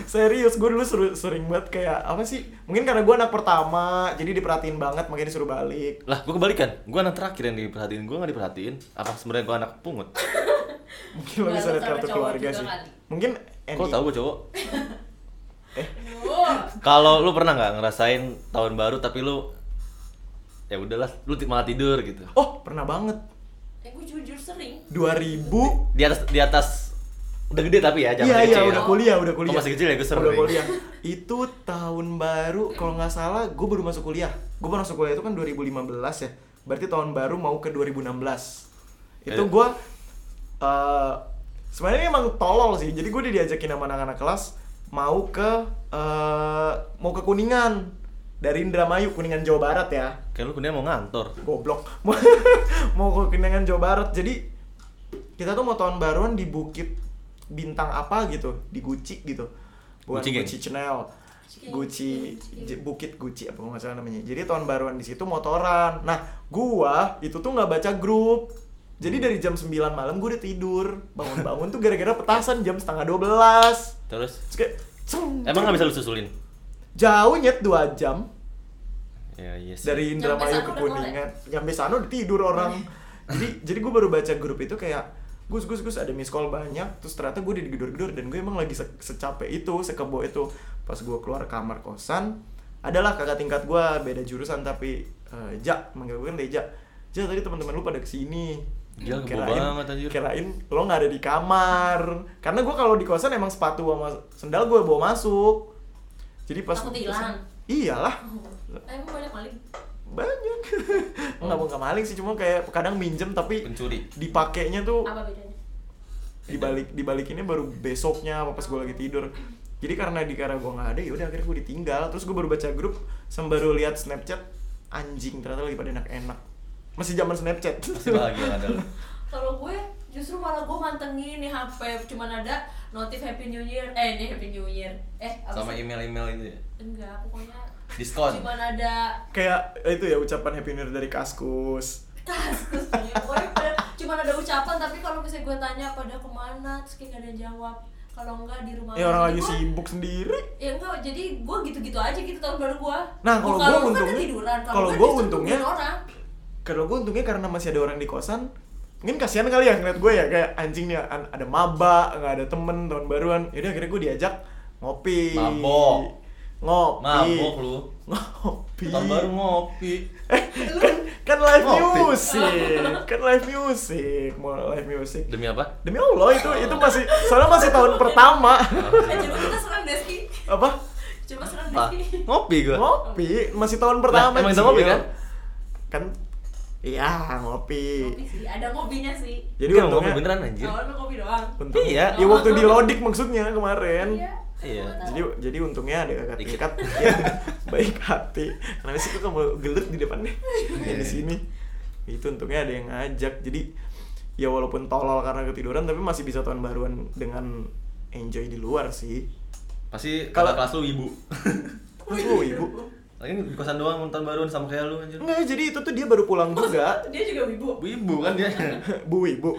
Speaker 1: serius gue dulu seru- sering banget kayak apa sih mungkin karena gue anak pertama jadi diperhatiin banget makanya disuruh balik
Speaker 2: Lah, gue kebalikan. Gue anak terakhir yang diperhatiin. Gue nggak diperhatiin. Apa sebenarnya gue anak pungut?
Speaker 1: mungkin lo
Speaker 3: Nggak,
Speaker 1: bisa
Speaker 3: lu
Speaker 1: lihat
Speaker 3: karena
Speaker 1: kartu
Speaker 3: cowok
Speaker 1: keluarga
Speaker 3: juga
Speaker 1: sih
Speaker 3: kali.
Speaker 1: mungkin
Speaker 2: Kok
Speaker 1: Andy-
Speaker 2: tau gue cowok?
Speaker 3: wow
Speaker 2: Kalau lu pernah nggak ngerasain tahun baru tapi lu ya udahlah, lu ti- malah tidur gitu.
Speaker 1: oh pernah banget
Speaker 3: eh gue jujur sering
Speaker 1: 2000
Speaker 2: Di atas di atas udah gede tapi ya, jangan
Speaker 1: iya iya
Speaker 2: kecil.
Speaker 1: udah kuliah udah kuliah
Speaker 2: Oh, masih kecil ya, gue seru
Speaker 1: udah
Speaker 2: nih.
Speaker 1: kuliah itu tahun baru kalau nggak salah gue baru masuk kuliah gue baru masuk kuliah itu kan 2015 ya berarti tahun baru mau ke 2016 itu
Speaker 2: Eh.
Speaker 1: gue eh sebenarnya emang tolol sih jadi gue diajakin sama anak-anak kelas mau ke eh, mau ke kuningan dari Indramayu kuningan Jawa Barat ya
Speaker 2: Kayak lu kuliah mau ngantor.
Speaker 1: goblok Mau- mau ke kenangan Jawa Barat jadi kita tuh mau tahun baruan di bukit bintang apa gitu di Gucci gitu bukan
Speaker 2: Gucci
Speaker 1: Gucci,
Speaker 2: Gang.
Speaker 1: Chanel
Speaker 3: Gucci Gang.
Speaker 1: Gucci
Speaker 3: Gucci
Speaker 1: J- bukit Gucci apa nggak salah namanya jadi tahun baruan di situ motoran nah gua itu tuh nggak baca grup jadi dari jam 9 malam gua udah tidur bangun-bangun tuh gara-gara petasan jam setengah 12
Speaker 2: Terus
Speaker 1: Terus kayak, ceng,
Speaker 2: emang nggak bisa lu susulin?
Speaker 1: jauh nyet 2 jam
Speaker 2: Ya iya sih.
Speaker 1: dari Indramayu
Speaker 3: sana
Speaker 1: ke
Speaker 3: udah
Speaker 1: Kuningan nyampe sana udah tidur orang
Speaker 2: Iya.
Speaker 1: jadi jadi gue baru baca grup itu kayak Gus, Gus, Gus ada miss call banyak Terus ternyata gue digedor-gedor Dan gue emang lagi se- secapek itu, sekebo itu Pas gue keluar kamar kosan Adalah kakak tingkat gue, beda jurusan Tapi eh, Ja, manggil gue kan Deja Ja, tadi teman-teman lu pada kesini
Speaker 2: Gila, kebo banget, anjir.
Speaker 1: Kirain lo gak ada di kamar Karena gue kalau di kosan emang sepatu sama sendal gue bawa masuk Jadi pas Iya
Speaker 3: Takut
Speaker 1: di kosan-
Speaker 3: hilang.
Speaker 1: Iyalah
Speaker 3: eh emang banyak maling
Speaker 1: banyak nggak mau nggak maling sih cuma kayak kadang minjem tapi
Speaker 2: Pencuri.
Speaker 1: dipakainya tuh
Speaker 3: apa bedanya
Speaker 1: dibalik dibalikinnya baru besoknya apa pas gue lagi tidur jadi karena di karena gue nggak ada ya udah akhirnya gue ditinggal terus gue baru baca grup sem baru lihat snapchat anjing ternyata lagi pada enak-enak masih zaman snapchat
Speaker 2: Pasti bahagia ada lu.
Speaker 3: kalau gue justru malah gue mantengin nih HP cuman ada notif Happy New Year eh ini Happy New Year eh apa
Speaker 2: Sama
Speaker 3: sih?
Speaker 2: email-email itu ya.
Speaker 3: enggak pokoknya
Speaker 2: Diskon.
Speaker 3: cuman ada
Speaker 1: kayak itu ya ucapan happy new year dari kaskus
Speaker 3: Kaskus banyak. Pokoknya pada- cuman ada ucapan tapi kalau misalnya gue tanya pada kemana terus kayak gak ada yang jawab kalau enggak di rumah
Speaker 1: ya orang
Speaker 3: Jadi
Speaker 1: lagi
Speaker 3: gua-
Speaker 1: sibuk sendiri
Speaker 3: ya enggak jadi gue gitu-gitu aja gitu tahun baru gue kan
Speaker 1: Nah, kalau gua untungnya- kalau gua untungnya-
Speaker 3: orang
Speaker 1: kalau gue untungnya karena masih ada orang di kosan mungkin kasihan kali ya ngeliat gue ya kayak anjing nih an- ada maba nggak ada temen tahun baruan yaudah akhirnya gue diajak ngopi
Speaker 2: Mabok.
Speaker 1: ngopi
Speaker 2: Mabok lu.
Speaker 1: ngopi
Speaker 2: Tahun baru ngopi.
Speaker 1: kan, kan live
Speaker 2: Ngopi.
Speaker 1: music kan live music mau live music
Speaker 2: Demi apa?
Speaker 1: demi allah itu itu masih soalnya masih tahun pertama
Speaker 3: eh coba kita serang Deski
Speaker 1: apa
Speaker 3: coba serang
Speaker 2: Apa?
Speaker 3: Deski
Speaker 2: Ngopi gue.
Speaker 1: ngopi masih tahun pertama
Speaker 2: emang bisa
Speaker 1: Cil.
Speaker 2: ngopi kan?
Speaker 1: kan iya ngopi
Speaker 3: Ngopi sih ada ngobinya sih
Speaker 1: jadi
Speaker 2: Kan
Speaker 1: untungnya
Speaker 2: ngopi beneran anjir.
Speaker 3: awalnya kopi doang
Speaker 1: Untung.
Speaker 2: Iya.
Speaker 1: Ya waktu di lodik maksudnya kemarin.
Speaker 3: iya
Speaker 2: Iya.
Speaker 1: Jadi jadi untungnya ada kakak
Speaker 2: Dikit.
Speaker 1: tingkat yang baik hati. Kenapa sih kok kamu gelut di depannya? Ya, di sini. Itu untungnya ada yang ngajak. Jadi ya walaupun tolol karena ketiduran tapi masih bisa tahun baruan dengan enjoy di luar sih.
Speaker 2: Pasti
Speaker 1: Kalau-
Speaker 2: kalau kelas lu ibu.
Speaker 1: Oh, ibu.
Speaker 2: Lagi di kosan doang tahun baruan sama kayak lu anjir.
Speaker 1: Enggak, jadi itu tuh dia baru pulang juga.
Speaker 3: dia juga wibu
Speaker 2: Bu ibu kan dia.
Speaker 1: Bu ibu.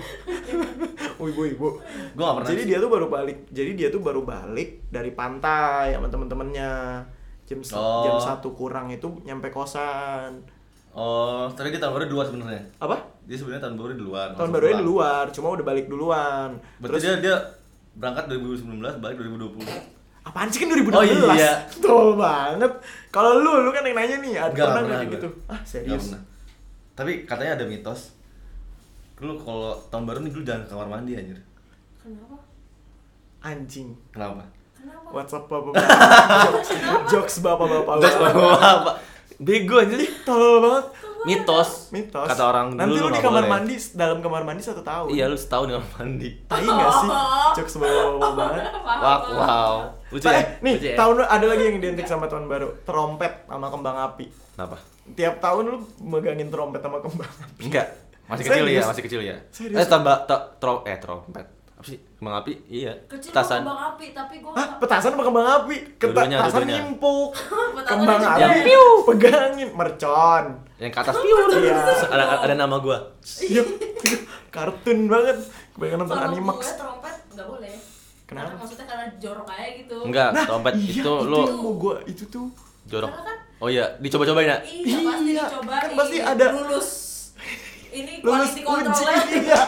Speaker 1: Ibu ibu.
Speaker 2: Gua nggak pernah.
Speaker 1: Jadi dia tuh baru balik. Jadi dia tuh baru balik dari pantai sama temen-temennya. Jam se-
Speaker 2: Oh.
Speaker 1: jam satu kurang itu nyampe kosan.
Speaker 2: Oh, tapi dia tahun baru di luar sebenarnya.
Speaker 1: Apa?
Speaker 2: Dia sebenarnya tahun baru di luar.
Speaker 1: Tahun
Speaker 2: langsung
Speaker 1: barunya di
Speaker 2: pulang.
Speaker 1: luar, cuma udah balik duluan.
Speaker 2: Berarti dia dia berangkat 2019 balik 2020.
Speaker 1: apaan sih kan 2016?
Speaker 2: Oh, iya.
Speaker 1: Tol banget. Kalau lu lu kan yang nanya nih, ada
Speaker 2: Nggak
Speaker 1: pernah
Speaker 2: pernah
Speaker 1: nggak
Speaker 2: gua.
Speaker 1: gitu? Ah,
Speaker 2: Nggak
Speaker 1: serius.
Speaker 2: pernah. Tapi katanya ada mitos. Lu kalau tahun baru nih lu jangan ke kamar mandi anjir.
Speaker 3: kenapa
Speaker 1: Anjing.
Speaker 2: Kenapa?
Speaker 3: kenapa
Speaker 1: WhatsApp bapak-bapak. jokes, jokes bapak-bapak.
Speaker 2: Jelas bawa apa? Bego anjir.
Speaker 1: Tolol banget.
Speaker 2: mitos,
Speaker 1: mitos
Speaker 2: kata orang
Speaker 1: nanti
Speaker 2: dulu
Speaker 1: lu di
Speaker 2: nggak
Speaker 1: kamar
Speaker 2: boleh.
Speaker 1: mandi dalam kamar mandi satu tahun
Speaker 2: iya lu setahun di kamar mandi
Speaker 1: tai nggak sih jokes bawa banget
Speaker 3: Paham,
Speaker 2: wow
Speaker 3: paham.
Speaker 2: wow lucu
Speaker 1: Eh,
Speaker 2: ya
Speaker 1: nih
Speaker 2: Lucu ya?
Speaker 1: tahun lu- ada lagi yang identik sama tahun baru trompet sama kembang api
Speaker 2: kenapa
Speaker 1: tiap tahun lu megangin trompet sama kembang api
Speaker 2: enggak masih kecil
Speaker 1: Serius?
Speaker 2: ya masih kecil ya
Speaker 1: Serius?
Speaker 2: eh tambah ta- tro eh trompet apa sih kembang api iya
Speaker 3: Kecil gua
Speaker 2: tasan
Speaker 3: kembang api, tapi gua
Speaker 1: Hah, petasan sama kembang api? Keta-
Speaker 2: Dua-duanya,
Speaker 1: petasan
Speaker 2: dua-duanya.
Speaker 1: nyimpuk.
Speaker 3: Petasan
Speaker 1: kembang
Speaker 3: nyimpuk.
Speaker 1: api Iya.
Speaker 2: Piu.
Speaker 1: pegangin mercon.
Speaker 2: yang ke atas
Speaker 1: Iya.
Speaker 2: ada ada nama gua
Speaker 1: Iya. Kartun banget. Kebanyakan nonton
Speaker 3: Kalau
Speaker 1: Animax.
Speaker 3: gue trompet nggak boleh.
Speaker 1: ya, Kenapa?
Speaker 3: Karena maksudnya karena jorok aja gitu.
Speaker 2: enggak Nah, trompet
Speaker 1: iya,
Speaker 2: itu
Speaker 1: itu yang
Speaker 2: lu
Speaker 1: mau gua itu tuh.
Speaker 2: jorok
Speaker 3: Karena kan-
Speaker 2: oh iya dicoba-cobain ya
Speaker 3: Iya, pasti
Speaker 1: Iya,
Speaker 3: dicoba.
Speaker 1: kan pasti ada-
Speaker 3: lulus. Ini
Speaker 1: Lulus
Speaker 3: quality
Speaker 1: uji.
Speaker 3: control
Speaker 1: Iya.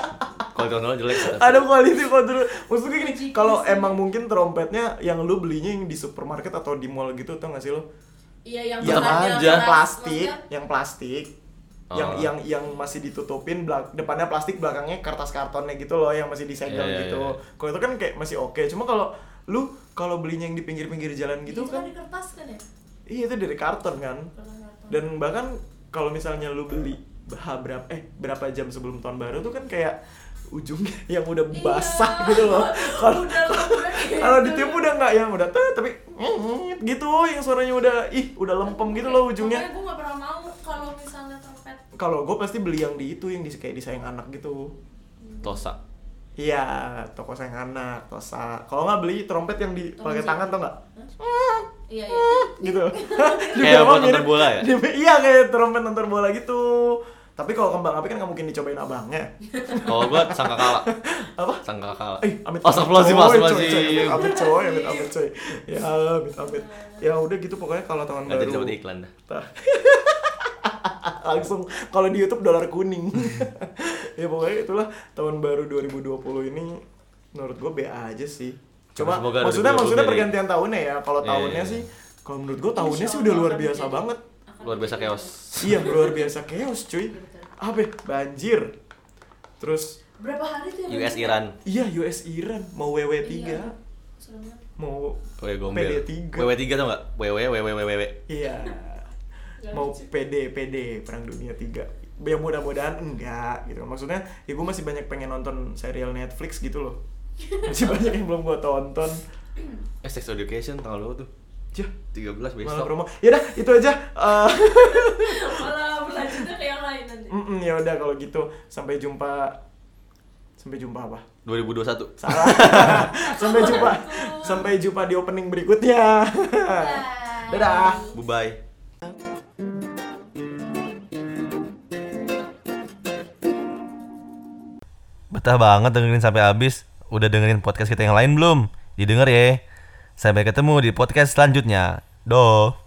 Speaker 2: kalau kontrol jelek
Speaker 1: Ada quality control. Maksudnya gini,
Speaker 3: Uji
Speaker 1: kalau
Speaker 3: kuis.
Speaker 1: emang mungkin trompetnya yang lu belinya yang di supermarket atau di mall gitu tau gak sih lu?
Speaker 3: Iya, yang
Speaker 2: Tetep
Speaker 3: berat,
Speaker 2: aja.
Speaker 1: yang
Speaker 3: berat.
Speaker 1: plastik,
Speaker 3: Maksudnya, Iya,
Speaker 1: yang plastik. Yang
Speaker 2: Oh.
Speaker 1: yang yang masih ditutupin belak depannya plastik, belakangnya kertas kartonnya gitu loh yang masih disegel
Speaker 2: Iya, iya,
Speaker 1: gitu.
Speaker 2: iya.
Speaker 1: Kalau itu kan kayak masih oke. Cuma kalau lu kalau belinya yang di pinggir-pinggir jalan gitu
Speaker 3: itu kan
Speaker 1: kan
Speaker 3: di kertas kan ya?
Speaker 1: iya itu dari karton kan.
Speaker 3: Kertas-kertas.
Speaker 1: Dan bahkan kalau misalnya lu beli bah- berapa eh berapa jam sebelum tahun baru tuh kan kayak ujungnya yang udah
Speaker 3: Iya.
Speaker 1: basah gitu loh. Kalau
Speaker 3: Udah lembek gitu.
Speaker 1: kalau ditiup udah nggak yang udah "Tet," tapi "Nyet," gitu yang suaranya udah ih udah lempem gitu loh ujungnya.
Speaker 3: Makanya gue gak pernah mau kalau misalnya trompet
Speaker 1: kalau gue pasti beli yang di itu yang di kayak di sayang anak gitu
Speaker 2: tosa
Speaker 1: iya toko sayang anak tosa kalau nggak beli trompet yang di pakai
Speaker 3: Tonjok.
Speaker 1: tangan tau nggak
Speaker 3: Iya, iya
Speaker 1: gitu
Speaker 2: Kayak
Speaker 1: emang
Speaker 2: buat
Speaker 1: mirip-
Speaker 2: nonton bola ya?
Speaker 1: dia- iya kayak trompet nonton bola gitu tapi kalau kembang api kan nggak mungkin dicobain abangnya
Speaker 2: kalau gua sangka kalah
Speaker 1: apa
Speaker 2: sangka kalah
Speaker 1: Eh, amit
Speaker 2: Oh,
Speaker 1: coy,
Speaker 2: astagfirullahaladzim
Speaker 1: coy, coy, amit
Speaker 2: astagfirullahaladzim
Speaker 1: amit coy, amit amit coy. Ya, amit amit. Ya udah gitu pokoknya kalau tahun
Speaker 2: nggak jadi
Speaker 1: baru.
Speaker 2: dapat iklan dah
Speaker 1: Tah. langsung kalau di YouTube dolar kuning ya pokoknya itulah tahun baru 2020 ini menurut gue be aja sih cuma
Speaker 2: Semoga
Speaker 1: maksudnya
Speaker 2: 2020
Speaker 1: maksudnya
Speaker 2: jadi-
Speaker 1: pergantian tahunnya ya kalau
Speaker 2: Iya,
Speaker 1: tahunnya
Speaker 2: iya,
Speaker 1: sih
Speaker 2: iya.
Speaker 1: kalau menurut gue tahunnya
Speaker 3: Insya
Speaker 1: sih udah
Speaker 3: Allah
Speaker 1: luar
Speaker 3: akan
Speaker 1: biasa
Speaker 3: jadi.
Speaker 1: banget
Speaker 3: Akan
Speaker 2: luar biasa
Speaker 3: jadi.
Speaker 2: chaos
Speaker 1: iya luar biasa chaos
Speaker 3: Iya,
Speaker 1: cuy apa ya? banjir terus
Speaker 3: Berapa hari tuh
Speaker 2: US Iran
Speaker 1: iya US Iran mau WW3
Speaker 3: Iya. Serem banget.
Speaker 1: mau
Speaker 2: Wewe gombel.
Speaker 1: PD3.
Speaker 2: Wewe 3 tau gak? Wewe, wewe, wewe, wewe.
Speaker 1: Iya. Mau PD PD Perang Dunia 3. Ya mudah-mudahan enggak gitu. Maksudnya ya gue masih banyak pengen nonton serial Netflix gitu loh. Masih banyak yang belum gue tonton.
Speaker 2: Eh, sex education tanggal berapa tuh?
Speaker 1: Yah,
Speaker 2: 13
Speaker 1: malah
Speaker 2: besok.
Speaker 1: promo. Ya udah, itu aja. Eh,
Speaker 3: Malah berlanjutnya ke yang lain nanti
Speaker 1: mm-mm, ya udah kalau gitu sampai jumpa sampai jumpa apa?
Speaker 2: 2021.
Speaker 1: Salah. sampai jumpa. Sampai jumpa di opening berikutnya.
Speaker 3: Bye.
Speaker 1: Dadah.
Speaker 2: Bye-bye. Betah banget dengerin sampai habis. Udah dengerin podcast kita yang lain belum? Didengar ya. Sampai ketemu di podcast selanjutnya. Doh.